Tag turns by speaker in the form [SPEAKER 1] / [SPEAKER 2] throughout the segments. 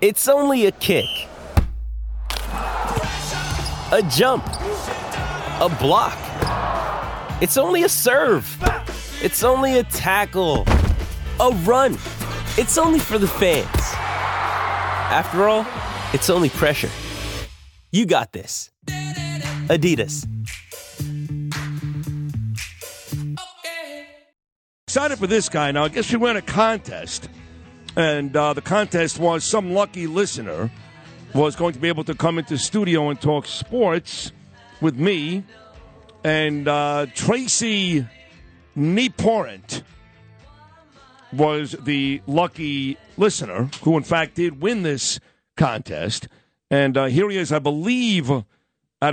[SPEAKER 1] It's only a kick, a jump, a block. It's only a serve. It's only a tackle, a run. It's only for the fans. After all, it's only pressure. You got this. Adidas.
[SPEAKER 2] Excited for this guy now. I guess we ran a contest, and uh, the contest was some lucky listener was going to be able to come into studio and talk sports with me and uh, Tracy Neporent was the lucky listener who, in fact, did win this contest. And uh, here he is, I believe, out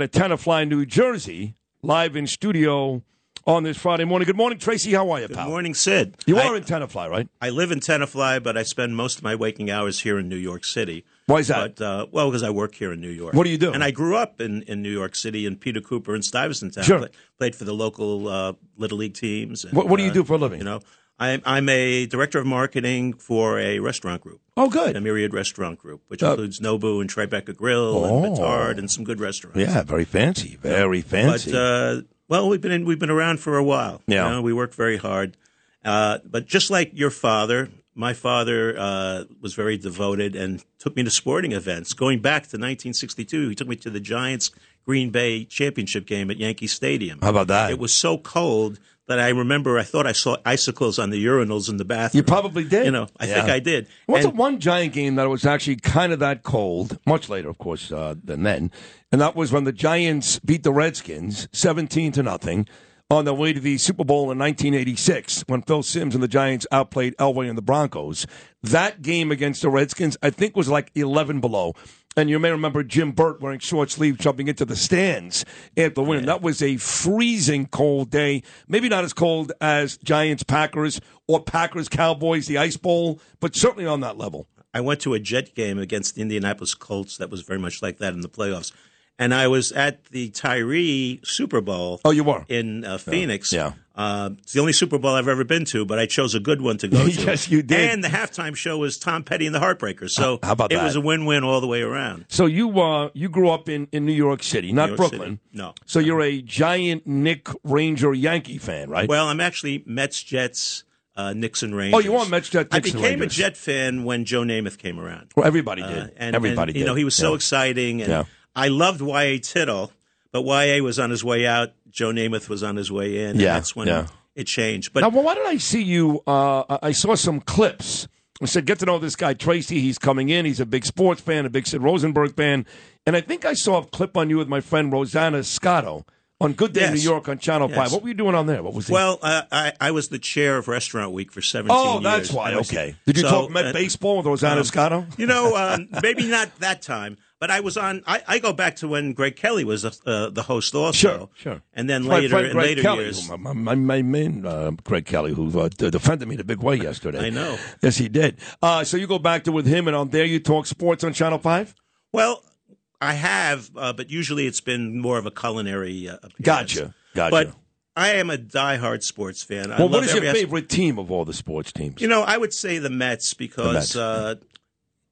[SPEAKER 2] of Tenafly, New Jersey, live in studio on this Friday morning. Good morning, Tracy. How are you, pal?
[SPEAKER 3] Good morning, Sid.
[SPEAKER 2] You
[SPEAKER 3] I,
[SPEAKER 2] are in Tenafly, right?
[SPEAKER 3] I live in Tenafly, but I spend most of my waking hours here in New York City.
[SPEAKER 2] Why is that?
[SPEAKER 3] But, uh, well, because I work here in New York.
[SPEAKER 2] What do you do?
[SPEAKER 3] And I grew up in, in New York City in Peter Cooper and Stuyvesant Town.
[SPEAKER 2] Sure.
[SPEAKER 3] Pla- played for the local uh, little league teams. and,
[SPEAKER 2] What- what do you
[SPEAKER 3] uh,
[SPEAKER 2] do for a living?
[SPEAKER 3] You know, I'm I'm a director of marketing for a restaurant group,
[SPEAKER 2] Oh,
[SPEAKER 3] a
[SPEAKER 2] good.
[SPEAKER 3] myriad restaurant group, which
[SPEAKER 2] Uh, oh.
[SPEAKER 3] includes Nobu and Tribeca Grill and Petard and some good restaurants.
[SPEAKER 2] Yeah, very fancy. Very fancy.
[SPEAKER 3] But uh, well, we've been in, we've been around for a while. you
[SPEAKER 2] Yeah.
[SPEAKER 3] know, we work very hard. Uh, but just like your father, my father uh, was very devoted and took me to sporting events. Going back to 1962, he took me to the Giants Green Bay championship game at Yankee Stadium.
[SPEAKER 2] How about that?
[SPEAKER 3] It was so cold that I remember I thought I saw icicles on the urinals in the bathroom.
[SPEAKER 2] You probably did.
[SPEAKER 3] You know, I
[SPEAKER 2] Yeah.
[SPEAKER 3] think I did.
[SPEAKER 2] What's the
[SPEAKER 3] And-
[SPEAKER 2] one giant game that was actually kind of that cold? Much later, of course, uh, than then, and that was when the Giants beat the Redskins seventeen to nothing on their way to the Super Bowl in 1986, when Phil Simms and the Giants outplayed Elway and the Broncos. That game against the Redskins, I think, was like eleven below. And you may remember Jim Burt wearing short sleeves jumping into the stands after the win. That was a freezing cold day. Maybe not as cold as Giants Packers or Packers Cowboys, the Ice Bowl, but certainly on that level.
[SPEAKER 3] I went to a Jet game against the Indianapolis Colts that was very much like that in the playoffs. And I was at the Tyree Super Bowl.
[SPEAKER 2] Oh, you were?
[SPEAKER 3] in uh, Phoenix.
[SPEAKER 2] Yeah.
[SPEAKER 3] Uh, it's the only Super Bowl I've ever been to, but I chose a good one to go to.
[SPEAKER 2] Yes, you did.
[SPEAKER 3] And the halftime show was Tom Petty and the Heartbreakers. So
[SPEAKER 2] How about
[SPEAKER 3] it
[SPEAKER 2] that?
[SPEAKER 3] was a win-win all the way around.
[SPEAKER 2] So you uh, you grew up in, in New York City, not
[SPEAKER 3] York
[SPEAKER 2] Brooklyn.
[SPEAKER 3] City. No.
[SPEAKER 2] So you're a giant Nick Ranger Yankee fan, right?
[SPEAKER 3] Well, I'm actually Mets, Jets, uh, Nixon Rangers.
[SPEAKER 2] Oh, you are Mets, Jets,
[SPEAKER 3] I
[SPEAKER 2] Knicks, and
[SPEAKER 3] became a
[SPEAKER 2] Rangers.
[SPEAKER 3] Jet fan when Joe Namath came around.
[SPEAKER 2] Well, everybody did.
[SPEAKER 3] Uh, and
[SPEAKER 2] everybody
[SPEAKER 3] and,
[SPEAKER 2] did.
[SPEAKER 3] You know, he was so
[SPEAKER 2] Yeah.
[SPEAKER 3] exciting, and
[SPEAKER 2] Yeah.
[SPEAKER 3] I loved YA Tittle, but YA was on his way out. Joe Namath was on his way in. and
[SPEAKER 2] Yeah,
[SPEAKER 3] that's when
[SPEAKER 2] yeah.
[SPEAKER 3] it changed. But
[SPEAKER 2] now, well, why did I see you? Uh, I- I saw some clips. I said, get to know this guy, Tracy. He's coming in. He's a big sports fan, a big Sid Rosenberg fan. And I think I saw a clip on you with my friend Rosanna Scotto on Good Day
[SPEAKER 3] Yes.
[SPEAKER 2] New York on Channel
[SPEAKER 3] Yes.
[SPEAKER 2] 5. What were you doing on there? What was the-
[SPEAKER 3] well, uh, I, I was the chair of Restaurant Week for seventeen
[SPEAKER 2] Oh,
[SPEAKER 3] years.
[SPEAKER 2] that's why.
[SPEAKER 3] I was-
[SPEAKER 2] Okay. Did you
[SPEAKER 3] so,
[SPEAKER 2] talk Met
[SPEAKER 3] uh,
[SPEAKER 2] baseball with Rosanna
[SPEAKER 3] um,
[SPEAKER 2] Scotto?
[SPEAKER 3] You know, um, maybe not that time, but I was on. I, I go back to when Greg Kelly was uh, the host, also.
[SPEAKER 2] Sure, Oh, sure.
[SPEAKER 3] And then
[SPEAKER 2] My
[SPEAKER 3] later,
[SPEAKER 2] friend
[SPEAKER 3] in
[SPEAKER 2] Greg
[SPEAKER 3] later
[SPEAKER 2] Kelly,
[SPEAKER 3] years,
[SPEAKER 2] who- my, my, my man, uh, Greg Kelly, who uh, d- defended me in a big way yesterday.
[SPEAKER 3] I know.
[SPEAKER 2] Yes, he did. Uh, so you go back to with him, and on there you talk sports on Channel Five.
[SPEAKER 3] Well, I have, uh, but usually it's been more of a culinary. Uh, appearance.
[SPEAKER 2] Gotcha. Gotcha.
[SPEAKER 3] But I am a diehard sports fan. I
[SPEAKER 2] Well,
[SPEAKER 3] love
[SPEAKER 2] what is your
[SPEAKER 3] every aspect-
[SPEAKER 2] favorite team of all the sports teams?
[SPEAKER 3] You know, I would say the Mets because
[SPEAKER 2] Mets.
[SPEAKER 3] Uh,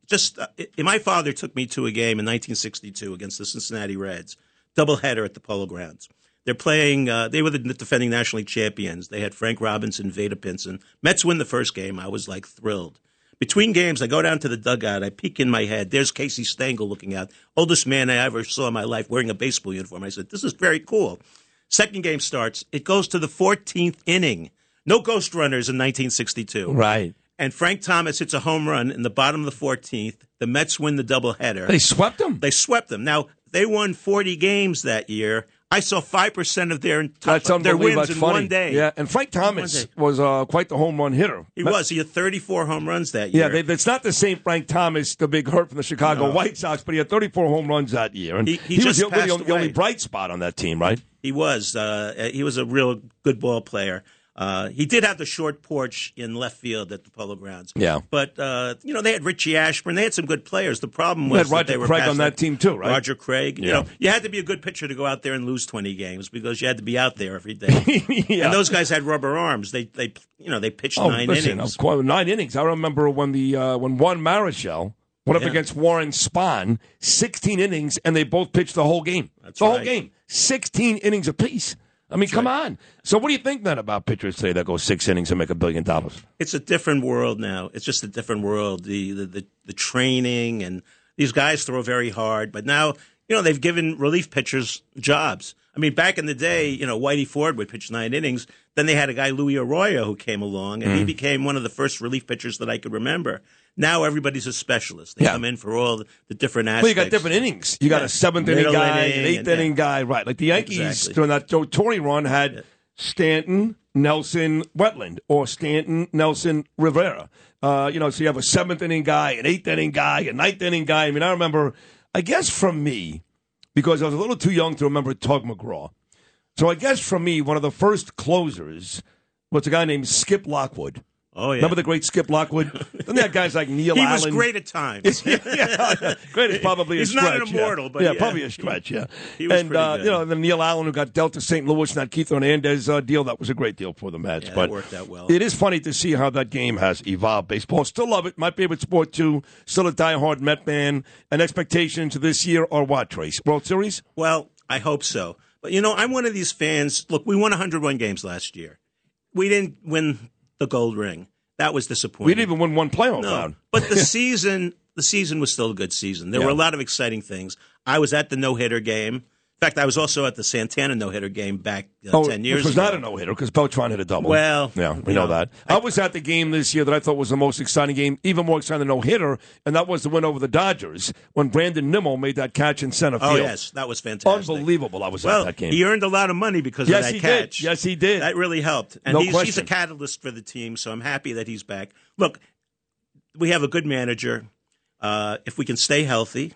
[SPEAKER 3] just uh, i- my father took me to a game in 1962 against the Cincinnati Reds, doubleheader at the Polo Grounds. They're playing. Uh, they were the defending National League champions. They had Frank Robinson, Vada Pinson. Mets win the first game. I was like thrilled. Between games, I go down to the dugout. I peek in my head. There's Casey Stengel looking out, oldest man I ever saw in my life, wearing a baseball uniform. I said, "This is very cool." Second game starts. It goes to the 14th inning. No ghost runners in 1962.
[SPEAKER 2] right.
[SPEAKER 3] And Frank Thomas hits a home run in the bottom of the 14th. The Mets win the doubleheader.
[SPEAKER 2] They swept them.
[SPEAKER 3] They swept them. Now, they won 40 games that year. I saw 5% of their,
[SPEAKER 2] That's
[SPEAKER 3] their
[SPEAKER 2] unbelievable.
[SPEAKER 3] wins
[SPEAKER 2] That's
[SPEAKER 3] in
[SPEAKER 2] funny.
[SPEAKER 3] one day.
[SPEAKER 2] Yeah, and Frank Thomas
[SPEAKER 3] day.
[SPEAKER 2] was uh, quite the home run hitter.
[SPEAKER 3] He was. He had 34 home runs that year.
[SPEAKER 2] Yeah, they, it's not the same Frank Thomas, the big hurt from the Chicago White Sox, but he had 34 home runs that year, and
[SPEAKER 3] He- he
[SPEAKER 2] was
[SPEAKER 3] just
[SPEAKER 2] the, only- the
[SPEAKER 3] passed
[SPEAKER 2] only- the only
[SPEAKER 3] away.
[SPEAKER 2] bright spot on that team, right?
[SPEAKER 3] He was. Uh, he was a real good ball player. Uh, he did have the short porch in left field at the Polo Grounds.
[SPEAKER 2] Yeah.
[SPEAKER 3] But, uh, you know, they had Richie Ashburn. They had some good players. The problem
[SPEAKER 2] They
[SPEAKER 3] was
[SPEAKER 2] had
[SPEAKER 3] that
[SPEAKER 2] Roger
[SPEAKER 3] they were
[SPEAKER 2] Craig on
[SPEAKER 3] past
[SPEAKER 2] that team too, right?
[SPEAKER 3] Roger Craig. You
[SPEAKER 2] Yeah.
[SPEAKER 3] know, you had to be a good pitcher to go out there and lose 20 games because you had to be out there every day.
[SPEAKER 2] yeah.
[SPEAKER 3] And those guys had rubber arms. They, they, you know, they pitched
[SPEAKER 2] Oh,
[SPEAKER 3] nine
[SPEAKER 2] listen,
[SPEAKER 3] innings.
[SPEAKER 2] Of course, nine innings. I remember when the uh, when Juan Marichal Went up
[SPEAKER 3] Yeah.
[SPEAKER 2] against Warren Spahn, 16 innings, and they both pitched the whole game.
[SPEAKER 3] That's
[SPEAKER 2] the whole
[SPEAKER 3] right.
[SPEAKER 2] game, 16 innings apiece. I mean, come on. So, what do you think then about pitchers today that go six innings and make a billion dollars?
[SPEAKER 3] it's a different world now. It's just a different world. The the the, the training and these guys throw very hard, but now you know they've given relief pitchers jobs. I mean, back in the day,
[SPEAKER 2] Mm-hmm.
[SPEAKER 3] you know, Whitey Ford would pitch nine innings. Then they had a guy Louis Arroyo who came along,
[SPEAKER 2] Mm-hmm.
[SPEAKER 3] and he became one of the first relief pitchers that I could remember. Now everybody's a specialist. They
[SPEAKER 2] Yeah.
[SPEAKER 3] come in for all the, the different aspects.
[SPEAKER 2] Well, you got different innings. You got
[SPEAKER 3] Yeah.
[SPEAKER 2] a seventh
[SPEAKER 3] Middle
[SPEAKER 2] inning guy,
[SPEAKER 3] inning
[SPEAKER 2] an eighth
[SPEAKER 3] and- yeah.
[SPEAKER 2] inning guy, right? Like the Yankees
[SPEAKER 3] Exactly.
[SPEAKER 2] during that Joe Torre run had Stanton, Nelson, Wetland, or Stanton, Nelson, Rivera. Uh, you know, so you have a seventh inning guy, an eighth inning guy, a ninth inning guy. I mean, I remember, I guess from me, because I was a little too young to remember Tug McGraw. So I guess from me, one of the first closers was a guy named Skip Lockwood.
[SPEAKER 3] Oh yeah,
[SPEAKER 2] Remember the great Skip Lockwood? Then they had guys like Neil
[SPEAKER 3] he
[SPEAKER 2] Allen.
[SPEAKER 3] was great at times.
[SPEAKER 2] yeah, great is probably a
[SPEAKER 3] He's
[SPEAKER 2] stretch.
[SPEAKER 3] not an
[SPEAKER 2] yeah.
[SPEAKER 3] immortal, but
[SPEAKER 2] yeah,
[SPEAKER 3] yeah.
[SPEAKER 2] probably a stretch. Yeah,
[SPEAKER 3] He was
[SPEAKER 2] and
[SPEAKER 3] pretty
[SPEAKER 2] uh,
[SPEAKER 3] good.
[SPEAKER 2] you know, then Neil Allen who got dealt to St. Louis, and that Keith Hernandez uh, deal that was a great deal for the Mets.
[SPEAKER 3] Yeah, that
[SPEAKER 2] but
[SPEAKER 3] worked out well.
[SPEAKER 2] It is funny to see how that game has evolved. Baseball, still love it. My favorite sport too. Still a diehard Met man. And expectations this year are what? Trace World Series.
[SPEAKER 3] Well, I hope so. But you know, I'm one of these fans. Look, we won 101 games last year. We didn't win the gold ring. That was disappointing.
[SPEAKER 2] We didn't even win one playoff
[SPEAKER 3] no,
[SPEAKER 2] round.
[SPEAKER 3] but the season, the season was still a good season. There were a lot of exciting things. I was at the no hitter game. In fact, I was also at the Santana no hitter game back uh,
[SPEAKER 2] Oh,
[SPEAKER 3] 10 years
[SPEAKER 2] which was
[SPEAKER 3] ago.
[SPEAKER 2] not a no hitter because Beltran hit a double.
[SPEAKER 3] Well,
[SPEAKER 2] yeah, we
[SPEAKER 3] you
[SPEAKER 2] know
[SPEAKER 3] know,
[SPEAKER 2] that. I, was at the game this year that I thought was the most exciting game, even more exciting than no hitter, and that was the win over the Dodgers when Brandon Nimmo made that catch in center
[SPEAKER 3] oh
[SPEAKER 2] field.
[SPEAKER 3] yes, that was fantastic.
[SPEAKER 2] unbelievable! I was
[SPEAKER 3] Well,
[SPEAKER 2] at that game.
[SPEAKER 3] he earned a lot of money because
[SPEAKER 2] Yes,
[SPEAKER 3] of that
[SPEAKER 2] he did.
[SPEAKER 3] catch.
[SPEAKER 2] Yes, he did.
[SPEAKER 3] That really helped. And
[SPEAKER 2] No
[SPEAKER 3] he's, he's a
[SPEAKER 2] question.
[SPEAKER 3] catalyst for the team, so I'm happy that he's back. Look, we have a good manager. Uh, if we can stay healthy,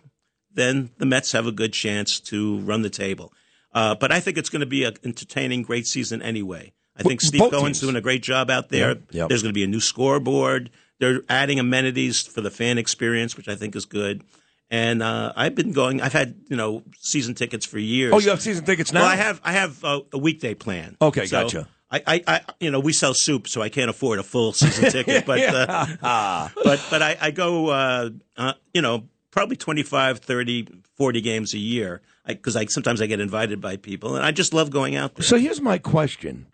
[SPEAKER 3] then the Mets have a good chance to run the table. Uh, but I think it's going to be an entertaining, great season anyway. I think
[SPEAKER 2] Well,
[SPEAKER 3] Steve
[SPEAKER 2] both
[SPEAKER 3] Cohen's
[SPEAKER 2] teams.
[SPEAKER 3] doing a great job out there.
[SPEAKER 2] Yep, yep.
[SPEAKER 3] There's going to be a new scoreboard. They're adding amenities for the fan experience, which I think is good. And uh, I've been going. I've had you know season tickets for years.
[SPEAKER 2] oh, you have season tickets now.
[SPEAKER 3] Well, I have I have a, a weekday plan.
[SPEAKER 2] Okay,
[SPEAKER 3] So
[SPEAKER 2] gotcha.
[SPEAKER 3] I, I, I, you know, we sell soup, so I can't afford a full season ticket. But, uh, but, but I, I go, uh, uh, you know, probably 25, 30, 40 games a year because I, sometimes I get invited by people, and I just love going out there.
[SPEAKER 2] So here's my question: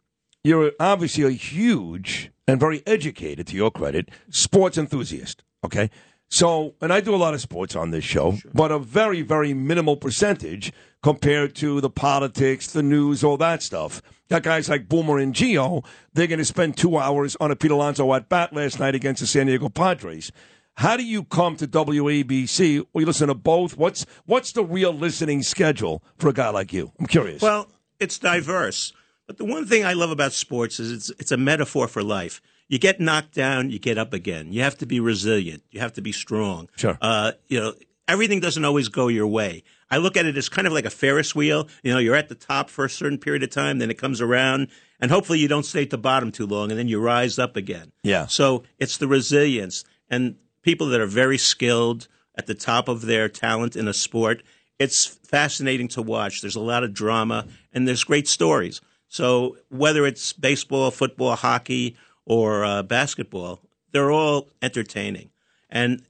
[SPEAKER 2] You're obviously a huge and very educated, to your credit, sports enthusiast. Okay, so and I do a lot of sports on this show, but a very, very minimal percentage compared to the politics, the news, all that stuff. Got guys like Boomer and Geo. They're going to spend two hours on a Pete Alonso at bat last night against the San Diego Padres. How do you come to WABC? Well, you listen to both. What's what's the real listening schedule for a guy like you? I'm curious.
[SPEAKER 3] Well, it's diverse. But the one thing I love about sports is it's it's a metaphor for life. You get knocked down, you get up again. You have to be resilient. You have to be strong.
[SPEAKER 2] Sure.
[SPEAKER 3] Uh, you know, everything doesn't always go your way. I look at it as kind of like a Ferris wheel. You know, you're at the top for a certain period of time, then it comes around, and hopefully you don't stay at the bottom too long, and then you rise up again.
[SPEAKER 2] Yeah.
[SPEAKER 3] So it's the resilience and people that are very skilled at the top of their talent in a sport. It's fascinating to watch. There's a lot of drama and there's great stories. So whether it's baseball, football, hockey, or uh, basketball, they're all entertaining. And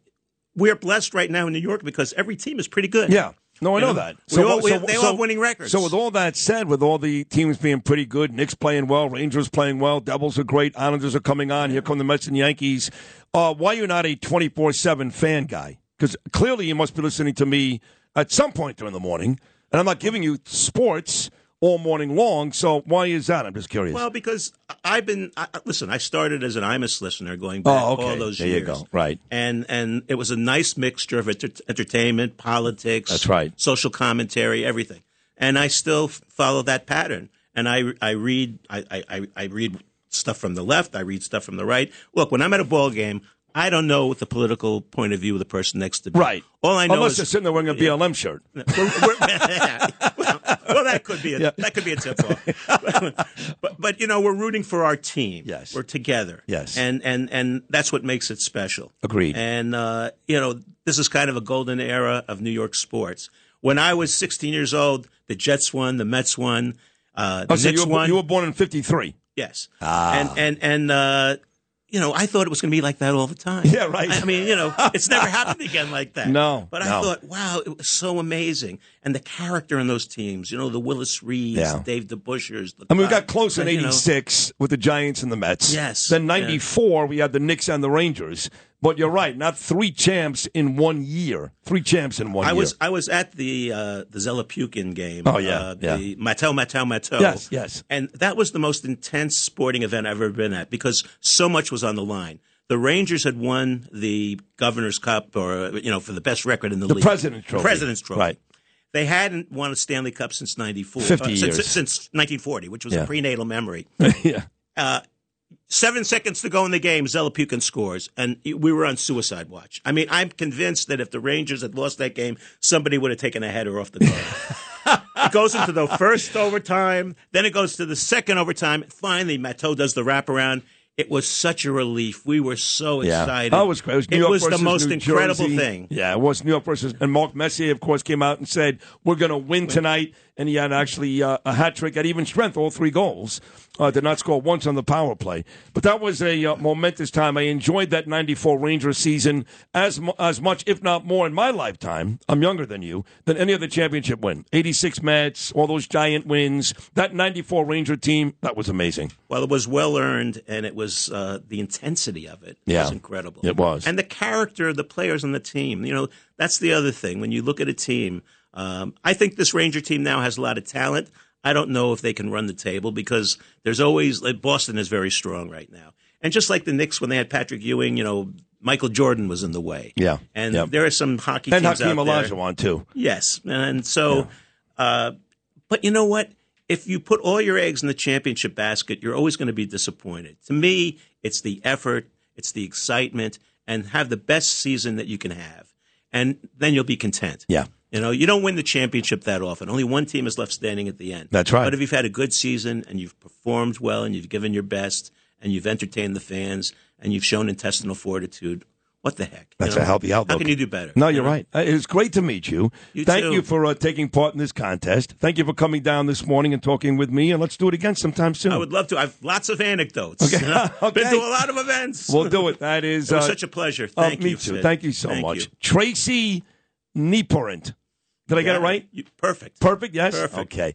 [SPEAKER 3] we're blessed right now in New York because every team is pretty good.
[SPEAKER 2] Yeah. No, I
[SPEAKER 3] You
[SPEAKER 2] know
[SPEAKER 3] know?
[SPEAKER 2] that.
[SPEAKER 3] We all- we- they all have winning records.
[SPEAKER 2] So, with all that said, with all the teams being pretty good, Knicks playing well, Rangers playing well, Devils are great, Islanders are coming on. Here come the Mets and Yankees. Uh, why are you not a twenty four seven fan guy? Because clearly you must be listening to me at some point during the morning, and I'm not giving you sports all morning long. So why is that? I'm just curious.
[SPEAKER 3] Well, because I- I've been I, I- listen. I started as an Imus listener going back
[SPEAKER 2] Oh, okay.
[SPEAKER 3] all those
[SPEAKER 2] There you
[SPEAKER 3] years.
[SPEAKER 2] go. Right.
[SPEAKER 3] And and it was a nice mixture of enter- entertainment, politics.
[SPEAKER 2] That's right.
[SPEAKER 3] Social commentary, everything. And I still f- follow that pattern. And I I read I, I- I, I read stuff from the left. I read stuff from the right. Look, when I'm at a ball game, I don't know what the political point of view of the person next to me.
[SPEAKER 2] right.
[SPEAKER 3] All I know
[SPEAKER 2] unless
[SPEAKER 3] is
[SPEAKER 2] you're sitting there wearing a BLM shirt.
[SPEAKER 3] we're- we're- well, well, that could be a that could be a tip off. but but you know we're rooting for our team.
[SPEAKER 2] Yes.
[SPEAKER 3] we're together.
[SPEAKER 2] Yes.
[SPEAKER 3] and and and that's what makes it special.
[SPEAKER 2] Agreed.
[SPEAKER 3] And uh, you know this is kind of a golden era of New York sports. When I was 16 years old, the Jets won, the Mets won, uh, the
[SPEAKER 2] Oh, so
[SPEAKER 3] Knicks
[SPEAKER 2] you were,
[SPEAKER 3] won.
[SPEAKER 2] you were born in '53.
[SPEAKER 3] yes, and and and uh, you know, I thought it was going to be like that all the time.
[SPEAKER 2] Yeah, right.
[SPEAKER 3] I, I mean, you know, it's never happened again like that.
[SPEAKER 2] No,
[SPEAKER 3] But
[SPEAKER 2] no.
[SPEAKER 3] I thought, wow, it was so amazing. And the character in those teams, you know, the Willis Reeds,
[SPEAKER 2] Yeah.
[SPEAKER 3] the Dave DeBushers. The
[SPEAKER 2] I mean, we got
[SPEAKER 3] Clark-
[SPEAKER 2] close in
[SPEAKER 3] like, you know,
[SPEAKER 2] '86 with the Giants and the Mets.
[SPEAKER 3] Yes,
[SPEAKER 2] Then
[SPEAKER 3] yeah.
[SPEAKER 2] '94, we had the Knicks and the Rangers. But you're right, not three champs in one year. Three champs in one
[SPEAKER 3] I
[SPEAKER 2] year.
[SPEAKER 3] was I was at the uh, the Zelopukin game.
[SPEAKER 2] Oh, yeah,
[SPEAKER 3] uh,
[SPEAKER 2] yeah.
[SPEAKER 3] The Mattel Mattel Mattel.
[SPEAKER 2] Yes, yes.
[SPEAKER 3] And that was the most intense sporting event I've ever been at because so much was on the line. The Rangers had won the Governor's Cup, or you know, for the best record in the,
[SPEAKER 2] the
[SPEAKER 3] league.
[SPEAKER 2] President's Trophy.
[SPEAKER 3] The President's Trophy.
[SPEAKER 2] Right.
[SPEAKER 3] They hadn't won a Stanley Cup since '94,
[SPEAKER 2] 50
[SPEAKER 3] since,
[SPEAKER 2] years.
[SPEAKER 3] since 1940, which was
[SPEAKER 2] Yeah.
[SPEAKER 3] a prenatal memory.
[SPEAKER 2] yeah.
[SPEAKER 3] Seven seconds to go in the game, Zelapukin scores, and we were on suicide watch. I mean, I'm convinced that if the Rangers had lost that game, somebody would have taken a header off the goal. it goes into the first overtime, then it goes to the second overtime. Finally, Matteau does the wraparound. It was such a relief. We were so
[SPEAKER 2] Yeah.
[SPEAKER 3] excited.
[SPEAKER 2] That was great. It was, New York
[SPEAKER 3] the
[SPEAKER 2] versus
[SPEAKER 3] most
[SPEAKER 2] New
[SPEAKER 3] incredible
[SPEAKER 2] Jersey.
[SPEAKER 3] thing.
[SPEAKER 2] Yeah, it was New York versus. And Mark Messier, of course, came out and said, We're going to win tonight. And he had actually uh, a hat trick at even strength, all three goals. Uh, did not score once on the power play. But that was a uh, momentous time. I enjoyed that 94 Rangers season as, mu- as much, if not more, in my lifetime. I'm younger than you, than any other championship win. 86 Mets, all those giant wins. That 94 Ranger team, that was amazing.
[SPEAKER 3] Well, it was well earned, and it was uh, the intensity of it
[SPEAKER 2] Yeah,
[SPEAKER 3] was incredible.
[SPEAKER 2] it was.
[SPEAKER 3] and the character of the players on the team. You know, that's the other thing when you look at a team. Um, I think this Ranger team now has a lot of talent. I don't know if they can run the table because there's always like Boston is very strong right now, and just like the Knicks when they had Patrick Ewing, you know, Michael Jordan was in the way.
[SPEAKER 2] Yeah,
[SPEAKER 3] and
[SPEAKER 2] yeah.
[SPEAKER 3] there are some hockey
[SPEAKER 2] And
[SPEAKER 3] teams
[SPEAKER 2] Hakeem
[SPEAKER 3] out there.
[SPEAKER 2] Olajuwon, too.
[SPEAKER 3] Yes, and so, uh, but you know what? If you put all your eggs in the championship basket, you're always going to be disappointed. To me, it's the effort, it's the excitement, and have the best season that you can have, and then you'll be content.
[SPEAKER 2] Yeah.
[SPEAKER 3] You know, you don't win the championship that often. Only one team is left standing at the end.
[SPEAKER 2] That's right.
[SPEAKER 3] But if you've had a good season and you've performed well and you've given your best and you've entertained the fans and you've shown intestinal fortitude, what the heck?
[SPEAKER 2] That's a healthy outlook.
[SPEAKER 3] How can you do better?
[SPEAKER 2] No,
[SPEAKER 3] You
[SPEAKER 2] you're
[SPEAKER 3] know?
[SPEAKER 2] right. Uh, It was great to meet you.
[SPEAKER 3] You
[SPEAKER 2] Thank
[SPEAKER 3] too.
[SPEAKER 2] you for uh, taking part in this contest. Thank you for coming down this morning and talking with me. And let's do it again sometime soon.
[SPEAKER 3] I would love to. I've lots of anecdotes. Okay. Been
[SPEAKER 2] Okay.
[SPEAKER 3] to a lot of events.
[SPEAKER 2] we'll do it. That is
[SPEAKER 3] it was
[SPEAKER 2] uh,
[SPEAKER 3] such a pleasure.
[SPEAKER 2] uh,
[SPEAKER 3] Thank
[SPEAKER 2] me
[SPEAKER 3] you.
[SPEAKER 2] too.
[SPEAKER 3] Sid.
[SPEAKER 2] Thank you so
[SPEAKER 3] Thank
[SPEAKER 2] much,
[SPEAKER 3] you.
[SPEAKER 2] Tracy Neperent. Did I get it right?
[SPEAKER 3] You- perfect.
[SPEAKER 2] Perfect. Yes.
[SPEAKER 3] Perfect.
[SPEAKER 2] Okay.